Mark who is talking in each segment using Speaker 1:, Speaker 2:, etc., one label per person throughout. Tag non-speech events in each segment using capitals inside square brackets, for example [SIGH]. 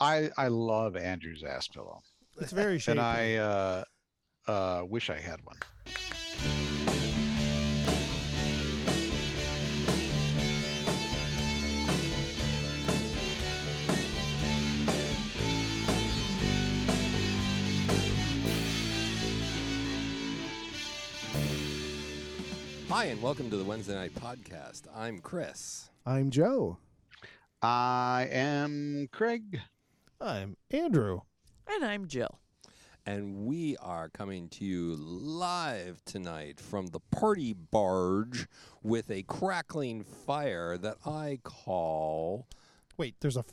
Speaker 1: I I love Andrew's ass pillow,
Speaker 2: It's
Speaker 3: [LAUGHS]
Speaker 2: very shapely.
Speaker 1: and I uh, uh, wish I had one.
Speaker 3: Hi, and welcome to the Wednesday Night Podcast. I'm Chris.
Speaker 4: I'm Joe.
Speaker 1: I am Craig.
Speaker 2: I'm Andrew.
Speaker 5: And I'm Jill.
Speaker 3: and we are coming to you live tonight from the party barge with a crackling fire that I call.
Speaker 2: Wait, there's a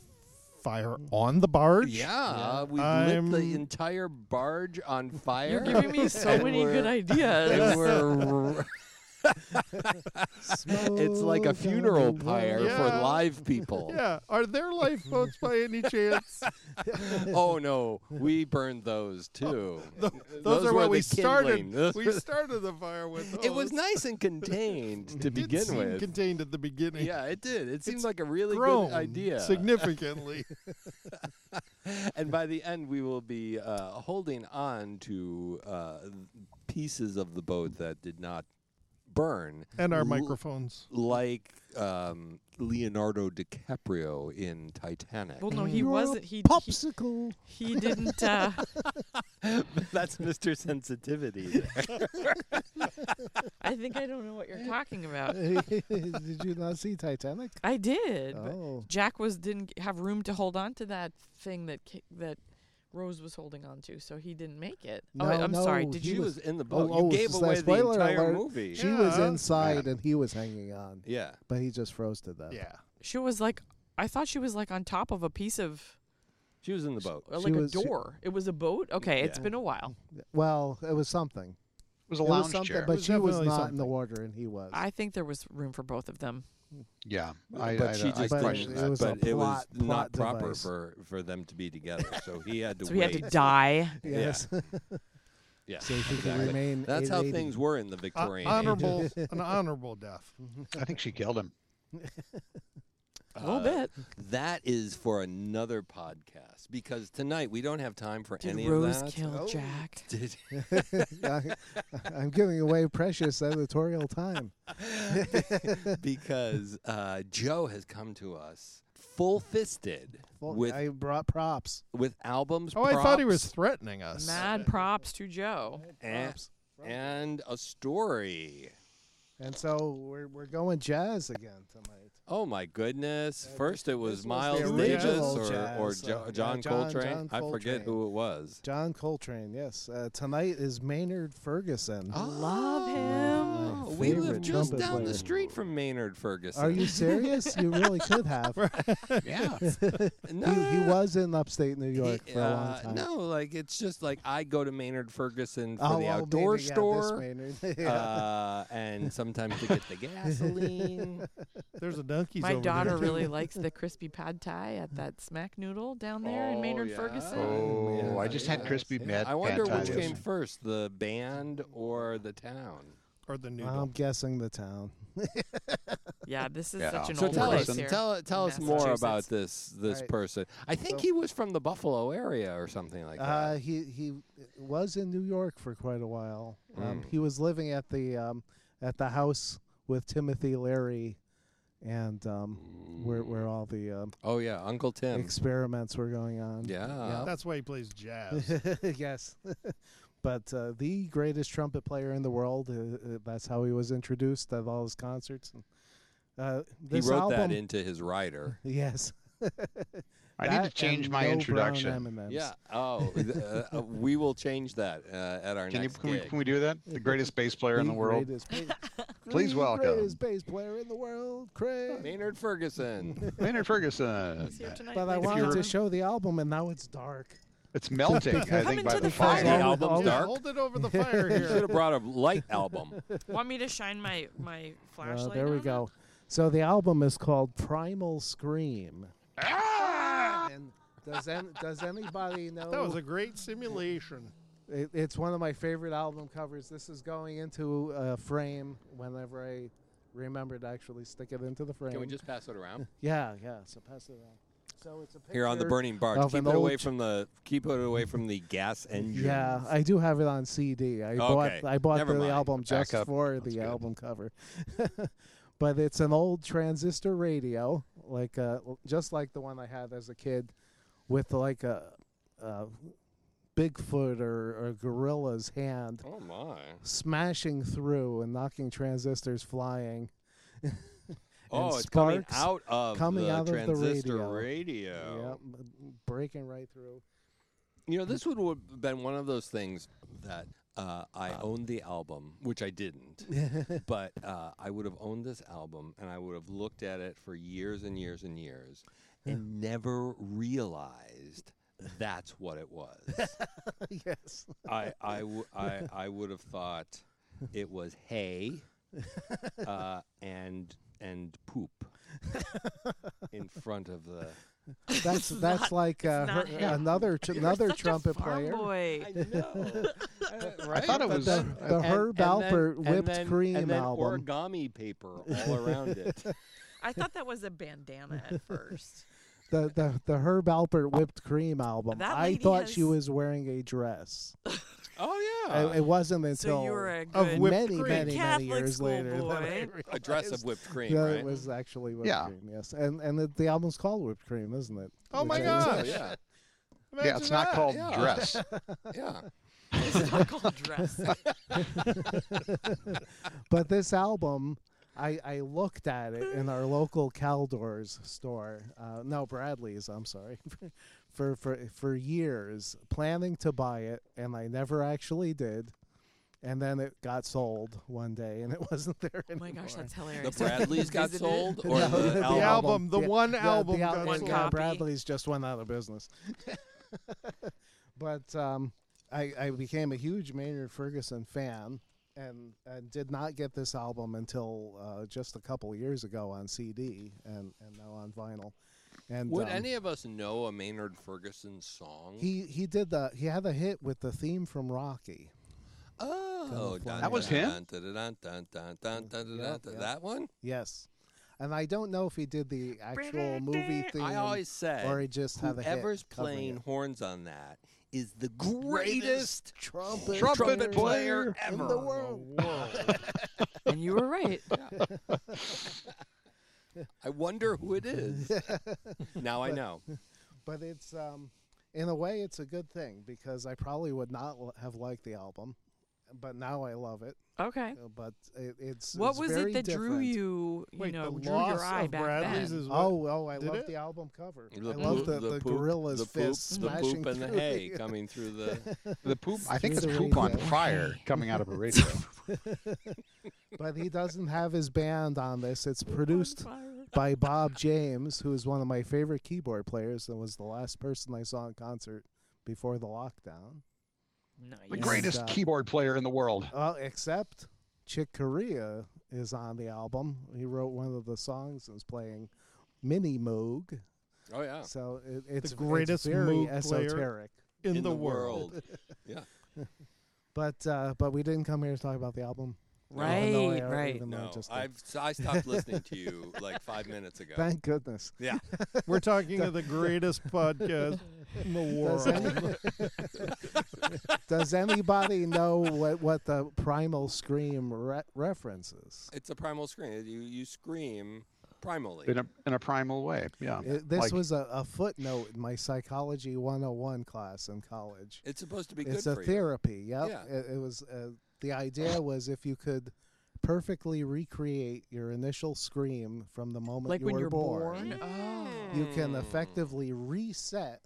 Speaker 2: fire on the barge? [LAUGHS]
Speaker 3: Yeah, we lit
Speaker 2: I'm-
Speaker 3: the entire barge on fire.
Speaker 5: You're giving me
Speaker 3: [LAUGHS]
Speaker 5: so
Speaker 3: And
Speaker 5: many good
Speaker 4: [LAUGHS]
Speaker 3: we're-
Speaker 5: ideas.
Speaker 3: and we're- it's like a funeral pyre
Speaker 2: Oh, Yeah.
Speaker 3: for live
Speaker 2: [LAUGHS]
Speaker 3: people.
Speaker 2: Yeah. Are there lifeboats by
Speaker 3: [LAUGHS]
Speaker 2: any chance?
Speaker 3: Oh no, we burned those too.
Speaker 2: Those,
Speaker 3: Those
Speaker 2: are
Speaker 3: were
Speaker 2: what we
Speaker 3: the
Speaker 2: started.
Speaker 3: kindling. [LAUGHS] Those
Speaker 2: we
Speaker 3: were-
Speaker 2: started the fire with. Those.
Speaker 3: It was nice and contained to
Speaker 2: It did
Speaker 3: begin
Speaker 2: seem
Speaker 3: with.
Speaker 2: Contained at the beginning.
Speaker 3: [LAUGHS] Yeah, it did. It seemed
Speaker 2: It's
Speaker 3: like a really
Speaker 2: Grown
Speaker 3: good idea.
Speaker 2: significantly.
Speaker 3: [LAUGHS] and by the end, we will be uh, holding on to uh, pieces of the boat that did not burn,
Speaker 2: and our
Speaker 3: L-
Speaker 2: microphones.
Speaker 3: like um, Leonardo DiCaprio in Titanic.
Speaker 5: well, no, he
Speaker 4: You're a
Speaker 5: wasn't. He, he
Speaker 4: Popsicle.
Speaker 5: he didn't. Uh,
Speaker 3: [LAUGHS] That's Mr. Sensitivity. there.
Speaker 5: I think I don't know what you're talking about.
Speaker 4: [LAUGHS] Did you not see Titanic?
Speaker 5: I did. but
Speaker 4: Oh,
Speaker 5: Jack was didn't g- have room to hold on to that thing that ca- that Rose was holding on to, so he didn't make it. oh, I-
Speaker 4: No,
Speaker 5: I'm sorry.
Speaker 4: no,
Speaker 5: Did
Speaker 4: he
Speaker 3: she
Speaker 5: you?
Speaker 3: was in the boat.
Speaker 4: oh,
Speaker 3: you gave
Speaker 4: sla-
Speaker 3: away the
Speaker 4: spoiler
Speaker 3: entire
Speaker 4: alert.
Speaker 3: movie.
Speaker 4: she was
Speaker 2: Yeah.
Speaker 4: inside and he was hanging on,
Speaker 3: yeah.
Speaker 4: but he just froze to death.
Speaker 2: Yeah.
Speaker 5: She was like, I thought she was like on top of a piece of
Speaker 3: She was in the boat.
Speaker 5: uh,
Speaker 4: She
Speaker 5: like
Speaker 4: was-
Speaker 5: a
Speaker 4: she-
Speaker 5: door. it was a boat. Okay, it's
Speaker 3: Yeah.
Speaker 5: been a while.
Speaker 4: Well, it was something.
Speaker 1: It was a
Speaker 4: it was
Speaker 1: lounge
Speaker 4: something,
Speaker 1: chair.
Speaker 4: but
Speaker 2: was
Speaker 4: she was not
Speaker 2: definitely
Speaker 4: in the
Speaker 2: something.
Speaker 4: water and he was.
Speaker 5: I think there was room for both of them.
Speaker 1: yeah, I,
Speaker 3: but
Speaker 1: I,
Speaker 3: she
Speaker 1: I,
Speaker 3: just
Speaker 4: But
Speaker 1: question
Speaker 3: didn't.
Speaker 4: it
Speaker 1: that.
Speaker 4: was a
Speaker 3: but it was
Speaker 4: plot-
Speaker 3: not
Speaker 4: plot
Speaker 3: proper
Speaker 4: device.
Speaker 3: for for them to be together. So he had to
Speaker 5: So
Speaker 3: wait.
Speaker 5: we had to die.
Speaker 4: [LAUGHS] [LAUGHS] yes.
Speaker 3: Yeah.
Speaker 4: so she could
Speaker 3: Exactly.
Speaker 4: remain.
Speaker 3: That's how
Speaker 4: 880. [LAUGHS]
Speaker 3: things were in the
Speaker 2: Uh,
Speaker 3: Victorian. age. [LAUGHS]
Speaker 2: honorable, an honorable death.
Speaker 1: I think she killed him.
Speaker 5: A little
Speaker 3: Uh,
Speaker 5: bit.
Speaker 3: That is for another podcast because tonight we don't have time for
Speaker 5: Did
Speaker 3: any
Speaker 5: Rose
Speaker 3: of that.
Speaker 5: kill
Speaker 2: Oh.
Speaker 5: Jack?
Speaker 3: [LAUGHS] Did- [LAUGHS]
Speaker 4: I, I'm giving away precious editorial time.
Speaker 3: because uh, Joe has come to us full fisted
Speaker 4: Well,
Speaker 3: with
Speaker 4: I brought props.
Speaker 3: with albums.
Speaker 2: Oh, I thought he was
Speaker 3: props,
Speaker 2: threatening us.
Speaker 5: Mad props to Joe.
Speaker 3: and,
Speaker 4: Props.
Speaker 3: and a story.
Speaker 4: And so we're we're going jazz again tonight.
Speaker 3: Oh my goodness!
Speaker 4: Uh,
Speaker 3: First, it was
Speaker 4: was the
Speaker 3: Miles Davis
Speaker 4: original
Speaker 3: or, or
Speaker 4: jazz,
Speaker 3: jo-
Speaker 4: uh,
Speaker 3: John,
Speaker 4: yeah, John-
Speaker 3: Coltrane.
Speaker 4: John
Speaker 3: I forget
Speaker 4: Coltrane.
Speaker 3: who it was.
Speaker 4: John Coltrane, yes. Uh, tonight is Maynard Ferguson.
Speaker 5: Love
Speaker 4: him.
Speaker 3: Oh, We live
Speaker 4: favorite
Speaker 3: just
Speaker 4: trumpet
Speaker 3: down the
Speaker 4: player.
Speaker 3: street from Maynard Ferguson.
Speaker 4: Are
Speaker 3: [LAUGHS]
Speaker 4: you serious? you really could have. [LAUGHS]
Speaker 1: Yeah,
Speaker 3: No,
Speaker 4: He, he was in upstate New
Speaker 3: he-
Speaker 4: York for a long
Speaker 3: uh,
Speaker 4: time.
Speaker 3: No, like it's just like I go to Maynard Ferguson for
Speaker 4: Oh,
Speaker 3: the
Speaker 4: well,
Speaker 3: outdoor
Speaker 4: Maynard, yeah, this
Speaker 3: store,
Speaker 4: Maynard. [LAUGHS] Yeah.
Speaker 3: uh, and sometimes to get the
Speaker 4: [LAUGHS]
Speaker 3: gasoline.
Speaker 2: There's a donkey's
Speaker 5: My
Speaker 2: over [LAUGHS]
Speaker 5: daughter
Speaker 2: there.
Speaker 5: really likes the crispy pad thai at that Smack Noodle down there in
Speaker 3: Oh,
Speaker 5: Maynard
Speaker 3: yeah.
Speaker 5: Ferguson.
Speaker 1: Oh,
Speaker 4: Yeah,
Speaker 1: I just had
Speaker 4: yeah,
Speaker 1: crispy
Speaker 4: yeah.
Speaker 1: mad
Speaker 3: I wonder
Speaker 1: pad
Speaker 3: which
Speaker 1: thai.
Speaker 3: came first, the band or the town.
Speaker 2: or the
Speaker 4: Well, I'm
Speaker 2: noodle.
Speaker 4: guessing the town.
Speaker 5: Yeah, this is
Speaker 1: Yeah.
Speaker 5: such an
Speaker 3: So
Speaker 5: old
Speaker 3: tell
Speaker 5: place
Speaker 3: us,
Speaker 1: person.
Speaker 5: here.
Speaker 3: tell tell us more about
Speaker 5: Massachusetts.
Speaker 3: this this
Speaker 4: Right.
Speaker 3: person. I think
Speaker 4: So-
Speaker 3: he was from the Buffalo area or something like that.
Speaker 4: Uh, he he was in New York for quite a while. Um,
Speaker 3: Mm.
Speaker 4: He was living at the um, at the house with Timothy Leary, and um, where where all the um,
Speaker 3: oh yeah, Uncle Tim.
Speaker 4: experiments were going on.
Speaker 3: yeah.
Speaker 2: That's why he plays jazz.
Speaker 4: [LAUGHS] yes. [LAUGHS] but uh, the greatest trumpet player in the world. Uh, uh, that's how he was introduced at all his concerts. And, uh,
Speaker 3: He
Speaker 4: this
Speaker 3: wrote
Speaker 4: album,
Speaker 3: that into his rider.
Speaker 4: Yes.
Speaker 1: I need to
Speaker 4: That
Speaker 1: change
Speaker 4: and
Speaker 1: my
Speaker 4: no Brown
Speaker 1: introduction.
Speaker 4: M&Ms.
Speaker 3: Yeah. Oh, th- uh, we will change that uh, at our
Speaker 1: Can you
Speaker 3: next
Speaker 1: can we,
Speaker 3: gig.
Speaker 1: can we do that? The greatest bass player in the world.
Speaker 4: greatest [LAUGHS] ba-
Speaker 1: Please
Speaker 4: the
Speaker 1: welcome.
Speaker 4: Greatest bass player in the world, Craig.
Speaker 3: Maynard
Speaker 4: [LAUGHS]
Speaker 3: Ferguson.
Speaker 1: Maynard Ferguson.
Speaker 5: He's here tonight,
Speaker 4: But
Speaker 5: ladies
Speaker 4: I
Speaker 5: and
Speaker 4: wanted
Speaker 1: you're-
Speaker 5: gentlemen.
Speaker 4: to show the album, and now it's dark.
Speaker 1: It's melting, I
Speaker 5: Come
Speaker 1: think, by
Speaker 5: into
Speaker 1: the,
Speaker 5: the
Speaker 1: fire.
Speaker 3: The
Speaker 5: fire.
Speaker 3: album's
Speaker 2: Hold it-
Speaker 3: dark.
Speaker 2: Hold it over the fire
Speaker 3: You should
Speaker 2: here.
Speaker 3: have brought a light
Speaker 4: [LAUGHS]
Speaker 3: album.
Speaker 5: [LAUGHS] Want me to shine my my
Speaker 4: Uh,
Speaker 5: flashlight?
Speaker 4: there we
Speaker 5: on
Speaker 4: go. So the album is called Primal Scream.
Speaker 1: Ah!
Speaker 4: And does an,
Speaker 1: [LAUGHS]
Speaker 4: does anybody know?
Speaker 2: That was a great simulation.
Speaker 4: It, it's one of my favorite album covers. This is going into a frame whenever I remember to actually stick it into the frame.
Speaker 3: Can we just pass it around?
Speaker 4: Yeah, yeah. So pass it around. So it's a picture
Speaker 3: Here on the burning barge.
Speaker 4: of
Speaker 3: keep
Speaker 4: an
Speaker 3: it away
Speaker 4: old ch-
Speaker 3: from the keep it away from the gas engine.
Speaker 4: Yeah, I do have it on CD. I
Speaker 3: Okay,
Speaker 4: bought I bought
Speaker 3: never
Speaker 4: the
Speaker 3: mind.
Speaker 4: album
Speaker 3: The
Speaker 4: just
Speaker 3: backup,
Speaker 4: for
Speaker 3: that's
Speaker 4: the
Speaker 3: good.
Speaker 4: album cover. [LAUGHS] but it's an old transistor radio, like uh, l- just like the one I had as a kid, with like a, a Bigfoot or, or gorilla's hand
Speaker 3: Oh my.
Speaker 4: smashing through and knocking transistors flying.
Speaker 3: Oh, it's coming
Speaker 4: sparks
Speaker 3: out of
Speaker 4: coming
Speaker 3: the
Speaker 4: out of the
Speaker 3: transistor
Speaker 4: radio.
Speaker 3: radio.
Speaker 4: Yeah, breaking right
Speaker 5: [LAUGHS]
Speaker 4: through.
Speaker 3: You know, this would have been one of those things that uh, I owned the album, which
Speaker 1: [LAUGHS]
Speaker 3: I didn't. but uh, I would have owned this album, and I would have looked at it for years and years and years, and never realized that's what it
Speaker 1: [LAUGHS]
Speaker 3: was.
Speaker 4: yes.
Speaker 3: I, I, w- I, I would have thought it was
Speaker 1: [LAUGHS]
Speaker 3: hay uh, and and
Speaker 1: [LAUGHS]
Speaker 3: poop in front of the.
Speaker 4: That's that's like uh,
Speaker 5: not
Speaker 4: her-
Speaker 5: him.
Speaker 4: another
Speaker 5: [LAUGHS]
Speaker 4: tr- another
Speaker 5: Such a
Speaker 4: trumpet
Speaker 5: farm
Speaker 4: player.
Speaker 5: boy.
Speaker 3: [LAUGHS]
Speaker 1: [LAUGHS]
Speaker 3: know.
Speaker 1: I thought it
Speaker 4: But
Speaker 1: was.
Speaker 4: the- the Herb Alpert whipped cream
Speaker 3: and then
Speaker 4: album.
Speaker 3: origami paper all around it.
Speaker 5: I thought that was a bandana at first.
Speaker 4: the the the Herb Alpert
Speaker 3: Oh.
Speaker 4: whipped cream album.
Speaker 5: That
Speaker 4: I
Speaker 5: lady
Speaker 4: thought she
Speaker 5: has-
Speaker 4: was wearing a dress.
Speaker 3: [LAUGHS] Oh
Speaker 4: I- it wasn't until
Speaker 5: so you were a good
Speaker 4: many, many,
Speaker 5: good
Speaker 4: many,
Speaker 5: Catholic
Speaker 4: years
Speaker 5: school
Speaker 4: later that I
Speaker 5: boy. [LAUGHS]
Speaker 3: a dress of whipped cream,
Speaker 4: that
Speaker 3: right?
Speaker 4: it was actually whipped
Speaker 1: Yeah.
Speaker 4: cream. Yes, and and the, the album's called Whipped Cream, isn't it?
Speaker 2: Oh
Speaker 4: Which
Speaker 2: my
Speaker 4: I-
Speaker 3: Oh,
Speaker 2: gosh.
Speaker 3: yeah,
Speaker 1: Yeah, it's
Speaker 2: Imagine
Speaker 1: not
Speaker 2: that.
Speaker 1: called
Speaker 3: yeah.
Speaker 1: dress.
Speaker 3: [LAUGHS] yeah.
Speaker 5: It's not called dress.
Speaker 4: But this album, I I looked at it in our local Caldors store. Uh, no, Bradley's. I'm sorry. [LAUGHS] For, for for years planning to buy it and I never actually did and then it got sold one day and it [LAUGHS] wasn't there
Speaker 5: Oh my
Speaker 4: anymore.
Speaker 5: gosh, that's
Speaker 3: The
Speaker 5: hilarious.
Speaker 3: Bradleys got [LAUGHS]
Speaker 5: Visited?
Speaker 3: sold, or
Speaker 4: No,
Speaker 3: the,
Speaker 4: the
Speaker 2: [LAUGHS] The
Speaker 3: album.
Speaker 4: album.
Speaker 2: album, the
Speaker 4: Yeah,
Speaker 2: one
Speaker 4: the-
Speaker 2: album.
Speaker 4: The
Speaker 2: got
Speaker 4: album,
Speaker 5: One
Speaker 2: sold.
Speaker 4: yeah,
Speaker 5: copy.
Speaker 4: Bradley's just went out of business. [LAUGHS] but um, I, I became a huge Maynard Ferguson fan and, and did not get this album until uh, just a couple years ago on CD and, and now on vinyl. And
Speaker 3: Would
Speaker 4: um,
Speaker 3: any of us know a Maynard Ferguson song?
Speaker 4: he he did the he had a hit with the theme from Rocky.
Speaker 3: oh,
Speaker 4: California.
Speaker 1: That was him?
Speaker 4: Yeah, yeah.
Speaker 3: That one.
Speaker 4: Yes. And I don't know if he did the actual movie theme
Speaker 3: I always said,
Speaker 4: or he just had a hit
Speaker 3: whoever's
Speaker 4: covering
Speaker 3: playing
Speaker 4: it.
Speaker 3: horns on that is the greatest
Speaker 4: trumpet,
Speaker 3: trumpet player
Speaker 4: in
Speaker 3: ever.
Speaker 4: the world.
Speaker 5: and you were
Speaker 4: [LAUGHS]
Speaker 5: right.
Speaker 3: I wonder who it
Speaker 4: [LAUGHS]
Speaker 3: is. now I know.
Speaker 4: but it's um, in a way it's a good thing because I probably would not l- have liked the album, but now I love it.
Speaker 5: Okay.
Speaker 4: Uh, But it, it's
Speaker 5: Eh. What
Speaker 4: it's
Speaker 5: was
Speaker 4: very
Speaker 5: it that drew
Speaker 4: different.
Speaker 5: you, you
Speaker 2: Wait,
Speaker 5: know,
Speaker 2: the
Speaker 5: drew
Speaker 2: loss
Speaker 5: your eye
Speaker 2: of
Speaker 5: back
Speaker 2: Bradley's
Speaker 5: then?
Speaker 2: is what?
Speaker 4: Oh, oh, I
Speaker 2: Did
Speaker 4: love
Speaker 2: it?
Speaker 4: the album cover.
Speaker 3: The
Speaker 4: I love
Speaker 3: poop-
Speaker 4: the, the,
Speaker 3: poop-
Speaker 4: gorilla's
Speaker 3: the poop,
Speaker 4: fist
Speaker 3: the
Speaker 4: smashing
Speaker 3: poop and the
Speaker 4: through
Speaker 3: hay coming through
Speaker 4: [LAUGHS]
Speaker 3: the.
Speaker 1: The poop. I think it's
Speaker 4: Through the
Speaker 1: poop on
Speaker 4: radio.
Speaker 3: [LAUGHS]
Speaker 1: fire coming out of a radio.
Speaker 4: but he doesn't have his band on this. It's produced by Bob James, who is one of my favorite keyboard players and was the last person I saw in concert before the lockdown.
Speaker 1: The
Speaker 5: Nice.
Speaker 4: great-
Speaker 1: greatest
Speaker 4: uh,
Speaker 1: keyboard player in the
Speaker 3: [LAUGHS]
Speaker 1: world.
Speaker 4: Well, except Chick Corea is on the album. He wrote one of the songs and is playing Mini Moog.
Speaker 3: Oh yeah,
Speaker 4: So it, it's it's
Speaker 2: greatest
Speaker 4: very
Speaker 2: Moog player.
Speaker 4: esoteric.
Speaker 2: in, the, world.
Speaker 4: [LAUGHS]
Speaker 3: yeah,
Speaker 4: But uh, but we didn't come here to talk about the album.
Speaker 5: Right,
Speaker 4: Even though I-
Speaker 5: right.
Speaker 4: even though I
Speaker 3: no,
Speaker 4: just did.
Speaker 3: I've I
Speaker 4: [LAUGHS]
Speaker 3: stopped listening to you like five minutes ago.
Speaker 4: Thank goodness.
Speaker 3: yeah,
Speaker 2: We're talking of the greatest podcast in the
Speaker 4: Does,
Speaker 2: world.
Speaker 4: any- does anybody know what, what the Primal Scream re- references?
Speaker 3: it's a primal scream. You you scream primally.
Speaker 1: in a in a primal way. Yeah.
Speaker 4: It, this
Speaker 1: Like-
Speaker 4: was a, a footnote in my Psychology 101 class in college.
Speaker 3: it's supposed to be good
Speaker 4: it's a
Speaker 3: for you.
Speaker 4: therapy. Yep.
Speaker 3: Yeah.
Speaker 4: It, it was uh, the idea was if you could perfectly recreate your initial scream from the moment
Speaker 5: Like
Speaker 4: you
Speaker 5: when
Speaker 4: were
Speaker 5: you're born.
Speaker 4: born,
Speaker 5: Oh.
Speaker 4: you can effectively reset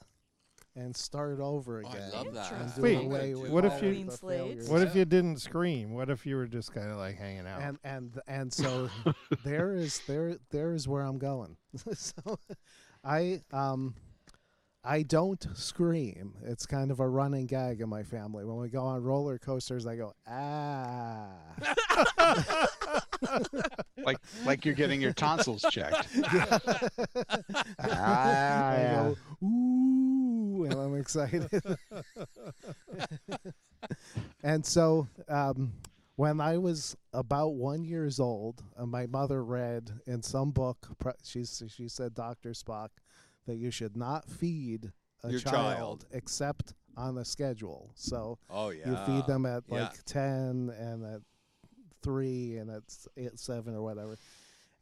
Speaker 4: and start over
Speaker 3: Oh,
Speaker 4: again.
Speaker 3: I love that.
Speaker 4: And do
Speaker 2: Wait,
Speaker 4: away with
Speaker 2: what if
Speaker 4: all
Speaker 2: you-
Speaker 4: of
Speaker 5: Clean
Speaker 4: the
Speaker 5: slate?
Speaker 4: failures.
Speaker 2: [LAUGHS] What if you didn't scream? What if you were just kind of like hanging out?
Speaker 4: and and and so there is there there is where I'm going. [LAUGHS] so I um I don't scream. It's kind of a running gag in my family. When we go on roller coasters, I go ah.
Speaker 1: Like like you're getting your
Speaker 3: [LAUGHS]
Speaker 1: tonsils checked.
Speaker 4: I
Speaker 1: ah,
Speaker 4: go ooh, and I'm excited. [LAUGHS] and so um, when I was about one years old, uh, my mother read in some book. pr- She s- she said Doctor Spock that you should not feed a
Speaker 3: Your
Speaker 4: child,
Speaker 3: child.
Speaker 4: except on a schedule. So
Speaker 3: Oh yeah.
Speaker 4: you feed them at
Speaker 3: Yeah.
Speaker 4: like 10 and at 3 and at s- at 7 or whatever.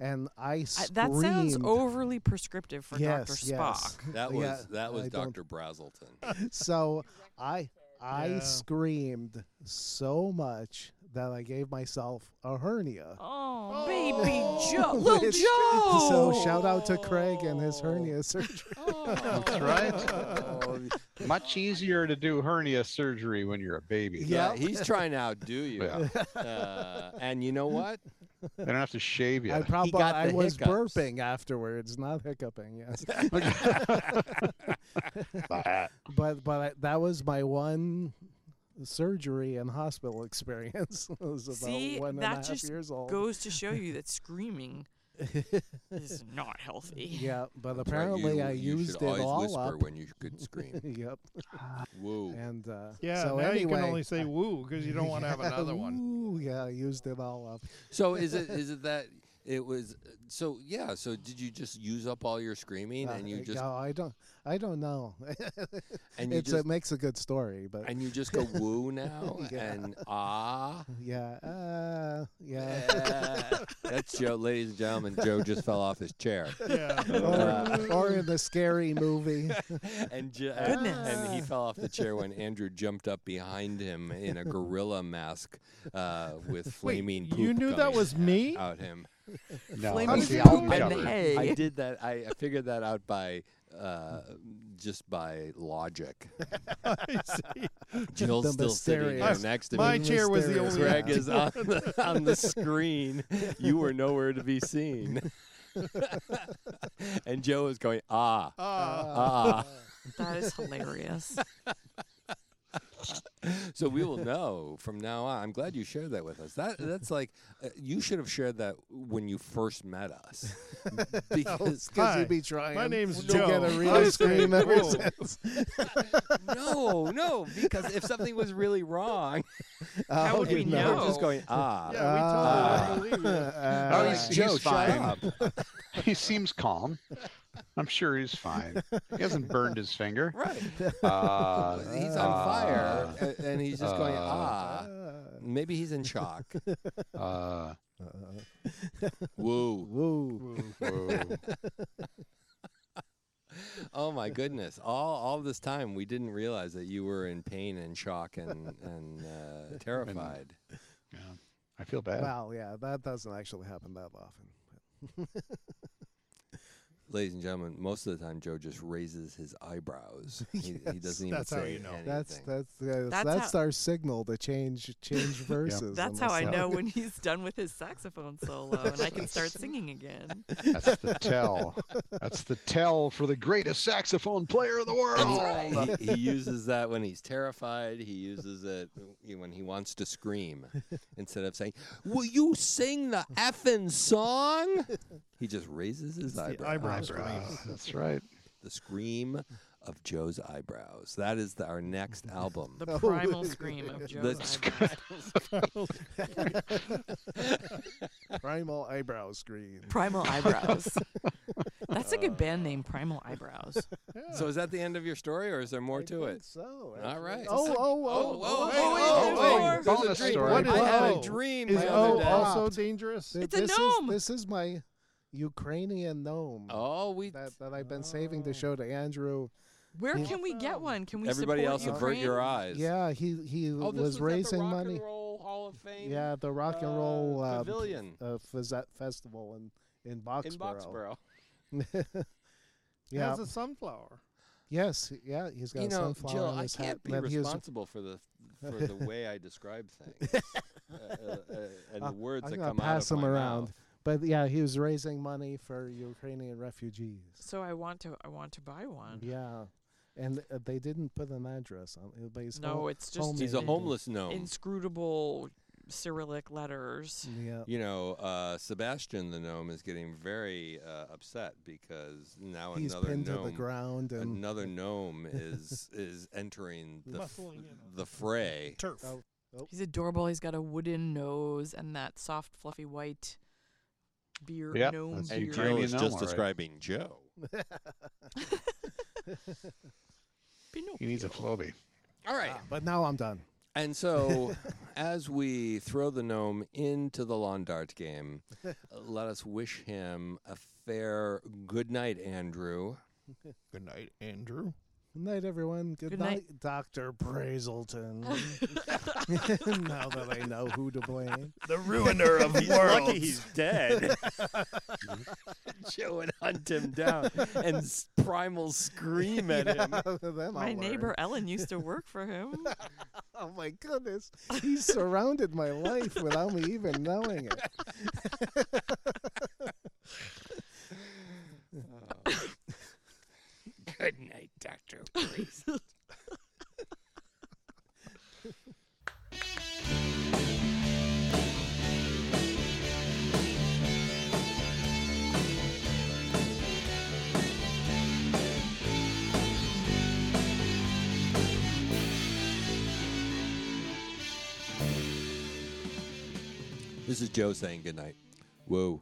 Speaker 4: And I
Speaker 5: I,
Speaker 4: screamed.
Speaker 5: that sounds overly prescriptive for
Speaker 4: yes,
Speaker 5: Dr.
Speaker 4: yes.
Speaker 5: Spock.
Speaker 4: [LAUGHS]
Speaker 3: That was
Speaker 4: Yeah,
Speaker 3: that was
Speaker 4: I don't-
Speaker 3: Doctor Brazelton.
Speaker 5: [LAUGHS]
Speaker 4: [LAUGHS] So I I
Speaker 2: Yeah.
Speaker 4: screamed so much that I gave myself a hernia.
Speaker 5: Oh,
Speaker 2: Oh,
Speaker 5: baby Joe,
Speaker 4: with-
Speaker 5: little Joe.
Speaker 4: So shout out to Craig and
Speaker 5: Oh.
Speaker 4: his hernia surgery. Oh.
Speaker 1: That's
Speaker 4: [LAUGHS]
Speaker 3: right.
Speaker 1: Much easier to do hernia surgery when you're a baby.
Speaker 3: yeah,
Speaker 4: Yep.
Speaker 3: he's trying to outdo you.
Speaker 1: Yeah.
Speaker 3: Uh, and you know what?
Speaker 1: They don't have to shave you.
Speaker 4: I probably
Speaker 3: got
Speaker 4: I
Speaker 3: the
Speaker 4: was
Speaker 3: hiccups.
Speaker 4: burping afterwards, not hiccuping. Yes,
Speaker 1: Bah.
Speaker 4: but but I, that was my one surgery and hospital [LAUGHS] experience. it was about
Speaker 5: See,
Speaker 4: one and a
Speaker 5: that
Speaker 4: half
Speaker 5: just
Speaker 4: years old.
Speaker 5: Goes to show you that
Speaker 4: [LAUGHS]
Speaker 5: screaming is not healthy.
Speaker 4: yeah, but
Speaker 3: That's right,
Speaker 4: apparently
Speaker 3: you-
Speaker 4: I
Speaker 3: you
Speaker 4: used
Speaker 3: should
Speaker 4: it
Speaker 3: always
Speaker 4: all
Speaker 3: whisper
Speaker 4: up.
Speaker 3: when you could
Speaker 4: [LAUGHS]
Speaker 3: scream.
Speaker 4: yep,
Speaker 3: Woo.
Speaker 4: and uh,
Speaker 2: Yeah,
Speaker 4: So
Speaker 2: now
Speaker 4: anyway,
Speaker 2: you can only say
Speaker 4: I-
Speaker 2: woo because you don't want
Speaker 4: [LAUGHS]
Speaker 2: to have
Speaker 4: Yeah,
Speaker 2: another one.
Speaker 4: Ooh, yeah, I used it all up.
Speaker 3: So is it is it that it was so yeah, so did you just use up all your screaming
Speaker 4: Uh,
Speaker 3: and you just
Speaker 4: no, I don't, I don't know. [LAUGHS]
Speaker 3: and you
Speaker 4: it's
Speaker 3: just
Speaker 4: it makes a good story, but
Speaker 3: and you just go woo now
Speaker 4: [LAUGHS] Yeah.
Speaker 3: and ah
Speaker 4: yeah, uh, yeah.
Speaker 3: yeah.
Speaker 4: [LAUGHS]
Speaker 3: That's Joe, ladies and gentlemen. Joe just fell off his chair,
Speaker 4: [LAUGHS]
Speaker 2: Yeah.
Speaker 3: [LAUGHS]
Speaker 4: or, or in the scary movie.
Speaker 3: and ju- and,
Speaker 5: Goodness.
Speaker 3: and he fell off the chair when Andrew jumped up behind him in a gorilla mask uh, with flaming. poop
Speaker 2: you knew that
Speaker 3: coming
Speaker 2: was
Speaker 3: [LAUGHS]
Speaker 2: me? [LAUGHS]
Speaker 3: out him.
Speaker 1: No,
Speaker 5: Flaming
Speaker 1: that's the
Speaker 5: poop
Speaker 1: album
Speaker 5: and
Speaker 1: cover.
Speaker 5: hay.
Speaker 3: I did that. I I figured that out by uh, just by
Speaker 2: [LAUGHS]
Speaker 3: logic.
Speaker 2: I see.
Speaker 3: Jill's
Speaker 4: The
Speaker 3: still sitting there
Speaker 4: mysterious-
Speaker 3: next to
Speaker 2: My
Speaker 3: me.
Speaker 4: Being
Speaker 2: chair was the
Speaker 4: mysterious.
Speaker 2: only
Speaker 3: Greg
Speaker 4: Yeah. [LAUGHS]
Speaker 3: is on the, on
Speaker 2: [LAUGHS]
Speaker 3: the screen. You were nowhere to be seen. [LAUGHS] and Joe is going, ah,
Speaker 2: Ah,
Speaker 3: ah.
Speaker 5: [LAUGHS] That is hilarious.
Speaker 3: So we will know from now on. I'm glad you shared that with us. That that's like uh, you should have shared that when you first met us, because
Speaker 4: Because
Speaker 2: Hi,
Speaker 4: Oh, you'd be trying
Speaker 2: my name's
Speaker 4: to get a
Speaker 2: Joe.
Speaker 4: real
Speaker 2: I was
Speaker 4: scream
Speaker 2: saying
Speaker 4: ever
Speaker 2: woo.
Speaker 4: since.
Speaker 3: no, no, because if something was really wrong, [LAUGHS]
Speaker 5: How would
Speaker 4: [LAUGHS] Oh,
Speaker 5: we
Speaker 3: you were
Speaker 4: no.
Speaker 5: know?
Speaker 3: just going ah.
Speaker 2: yeah, we totally don't believe you.
Speaker 4: Uh,
Speaker 1: Oh,
Speaker 3: Like,
Speaker 1: he's- he's
Speaker 3: Joe, shut
Speaker 1: fine.
Speaker 3: up.
Speaker 1: [LAUGHS] he seems calm. I'm sure he's fine. He hasn't burned his
Speaker 3: [LAUGHS]
Speaker 1: finger.
Speaker 3: Right.
Speaker 1: Uh,
Speaker 3: he's on
Speaker 1: uh,
Speaker 3: fire a- and he's just going
Speaker 1: uh,
Speaker 3: ah maybe he's in shock
Speaker 1: Uh,
Speaker 3: [LAUGHS] woo
Speaker 4: woo.
Speaker 3: [LAUGHS]
Speaker 1: whoa.
Speaker 3: oh my goodness all all this time we didn't realize that you were in pain and shock and and uh, terrified
Speaker 1: Yeah, I feel bad.
Speaker 4: Well, yeah, that doesn't actually happen that often.
Speaker 3: ladies and gentlemen most of the time joe just raises his eyebrows he, he doesn't even
Speaker 2: that's
Speaker 3: say
Speaker 2: how you know.
Speaker 3: anything.
Speaker 4: That's that's that's,
Speaker 5: That's
Speaker 4: that's
Speaker 5: how-
Speaker 4: our signal to change
Speaker 3: [LAUGHS]
Speaker 4: change verses.
Speaker 5: That's
Speaker 4: on
Speaker 5: how I
Speaker 4: the [LAUGHS]
Speaker 5: know
Speaker 4: song.
Speaker 5: when he's done with his saxophone
Speaker 4: [LAUGHS]
Speaker 5: solo and I can start singing again.
Speaker 1: That's the tell. That's the tell for the greatest saxophone player in the world.
Speaker 3: And he, he, he uses that when he's terrified. He uses it when he wants to scream. Instead of saying, Will you sing the effing song? He just raises his eyebrows.
Speaker 2: eyebrow
Speaker 1: Eyebrows. That's right.
Speaker 3: The Scream of Joe's Eyebrows. That is the, our next album.
Speaker 4: [LAUGHS]
Speaker 5: The primal scream of Joe's
Speaker 3: That's-
Speaker 5: eyebrows.
Speaker 4: primal eyebrow screen.
Speaker 5: Primal eyebrows.
Speaker 4: [LAUGHS]
Speaker 5: That's a good
Speaker 1: Uh.
Speaker 5: band name, Primal Eyebrows.
Speaker 3: So is that the end of your story or is there more
Speaker 4: I
Speaker 3: to
Speaker 4: think
Speaker 3: it?
Speaker 4: So
Speaker 3: All right.
Speaker 4: Oh, oh, oh,
Speaker 3: Oh, oh,
Speaker 5: wait,
Speaker 3: oh,
Speaker 2: there's
Speaker 3: oh,
Speaker 5: more.
Speaker 3: oh, there's a
Speaker 1: Bonus
Speaker 3: dream.
Speaker 1: story.
Speaker 3: What I
Speaker 2: What
Speaker 3: had a
Speaker 2: is- oh?
Speaker 3: dream
Speaker 2: Is
Speaker 3: the
Speaker 2: O
Speaker 3: other day.
Speaker 4: all-
Speaker 2: also dangerous?
Speaker 4: Th-
Speaker 5: It's a
Speaker 4: this
Speaker 5: gnome.
Speaker 4: Is, this is my Ukrainian gnome
Speaker 3: Oh, we.
Speaker 4: that, that I've been saving
Speaker 3: Oh.
Speaker 4: to show to Andrew.
Speaker 5: Where
Speaker 4: Yeah.
Speaker 5: can we get one? Can we
Speaker 3: Everybody
Speaker 5: support
Speaker 3: else, avert
Speaker 5: Ukraine?
Speaker 3: your eyes.
Speaker 4: Yeah, he he
Speaker 3: Oh, this
Speaker 4: was
Speaker 3: at the
Speaker 4: raising
Speaker 3: Rock
Speaker 4: money.
Speaker 3: And Roll Hall of Fame.
Speaker 4: yeah, the rock and
Speaker 3: uh,
Speaker 4: roll uh, p-
Speaker 3: Pavilion.
Speaker 4: uh, fez- festival in in Boxborough.
Speaker 3: in Boxborough.
Speaker 2: It
Speaker 4: Yeah.
Speaker 2: has a sunflower.
Speaker 4: yes. Yeah. He's got
Speaker 3: You
Speaker 4: a
Speaker 3: know,
Speaker 4: sunflower
Speaker 3: Jill,
Speaker 4: in
Speaker 3: I
Speaker 4: his hat.
Speaker 3: can't be
Speaker 4: that he was-
Speaker 3: responsible for the for the way I describe
Speaker 4: [LAUGHS]
Speaker 3: things uh, uh, uh, and the
Speaker 4: Uh,
Speaker 3: words
Speaker 4: I'm
Speaker 3: that
Speaker 4: gonna
Speaker 3: come
Speaker 4: pass
Speaker 3: out of
Speaker 4: them
Speaker 3: my
Speaker 4: around.
Speaker 3: mouth.
Speaker 4: but yeah, he was raising money for Ukrainian refugees.
Speaker 5: So I want to I want to buy one.
Speaker 4: Yeah, and uh, they didn't put an address on uh, it, but he's
Speaker 5: No,
Speaker 4: home-
Speaker 5: it's just
Speaker 4: home
Speaker 3: He's a
Speaker 4: Maybe.
Speaker 3: homeless gnome.
Speaker 5: inscrutable Cyrillic letters.
Speaker 4: yeah.
Speaker 3: You know, uh, Sebastian the gnome is getting very uh, upset because now
Speaker 4: He's
Speaker 3: another
Speaker 4: pinned
Speaker 3: gnome,
Speaker 4: to the ground and
Speaker 3: another
Speaker 4: [LAUGHS]
Speaker 3: gnome is is entering the f-
Speaker 2: Muscling in on
Speaker 3: the fray.
Speaker 2: Turf.
Speaker 4: Oh.
Speaker 5: He's adorable. He's got a wooden nose and that soft, fluffy white beer
Speaker 1: Yep,
Speaker 5: gnome
Speaker 1: that's
Speaker 5: beard.
Speaker 3: And Jill
Speaker 1: Ukrainian
Speaker 3: is
Speaker 1: gnome,
Speaker 3: just
Speaker 1: all right.
Speaker 3: describing Joe.
Speaker 1: He needs a floby.
Speaker 3: All right.
Speaker 4: But now I'm done.
Speaker 3: And so, as we throw the gnome into the lawn dart game, uh, let us wish him a fair good night, Andrew.
Speaker 6: Good night, Andrew.
Speaker 4: [LAUGHS] Good night, everyone. Good,
Speaker 5: Good
Speaker 4: night,
Speaker 5: night.
Speaker 4: Dr. Brazelton. [LAUGHS] now that I know who to blame.
Speaker 6: The ruiner of worlds.
Speaker 3: dead. [LAUGHS] Joe and hunt him [LAUGHS] down and s- primal scream at him.
Speaker 4: Then
Speaker 5: My
Speaker 4: I'll learn.
Speaker 5: neighbor Ellen used to work for him.
Speaker 4: [LAUGHS] Oh my goodness. He surrounded my life without me even knowing it.
Speaker 3: Good night, Doctor. This is Joe saying good night. Whoa.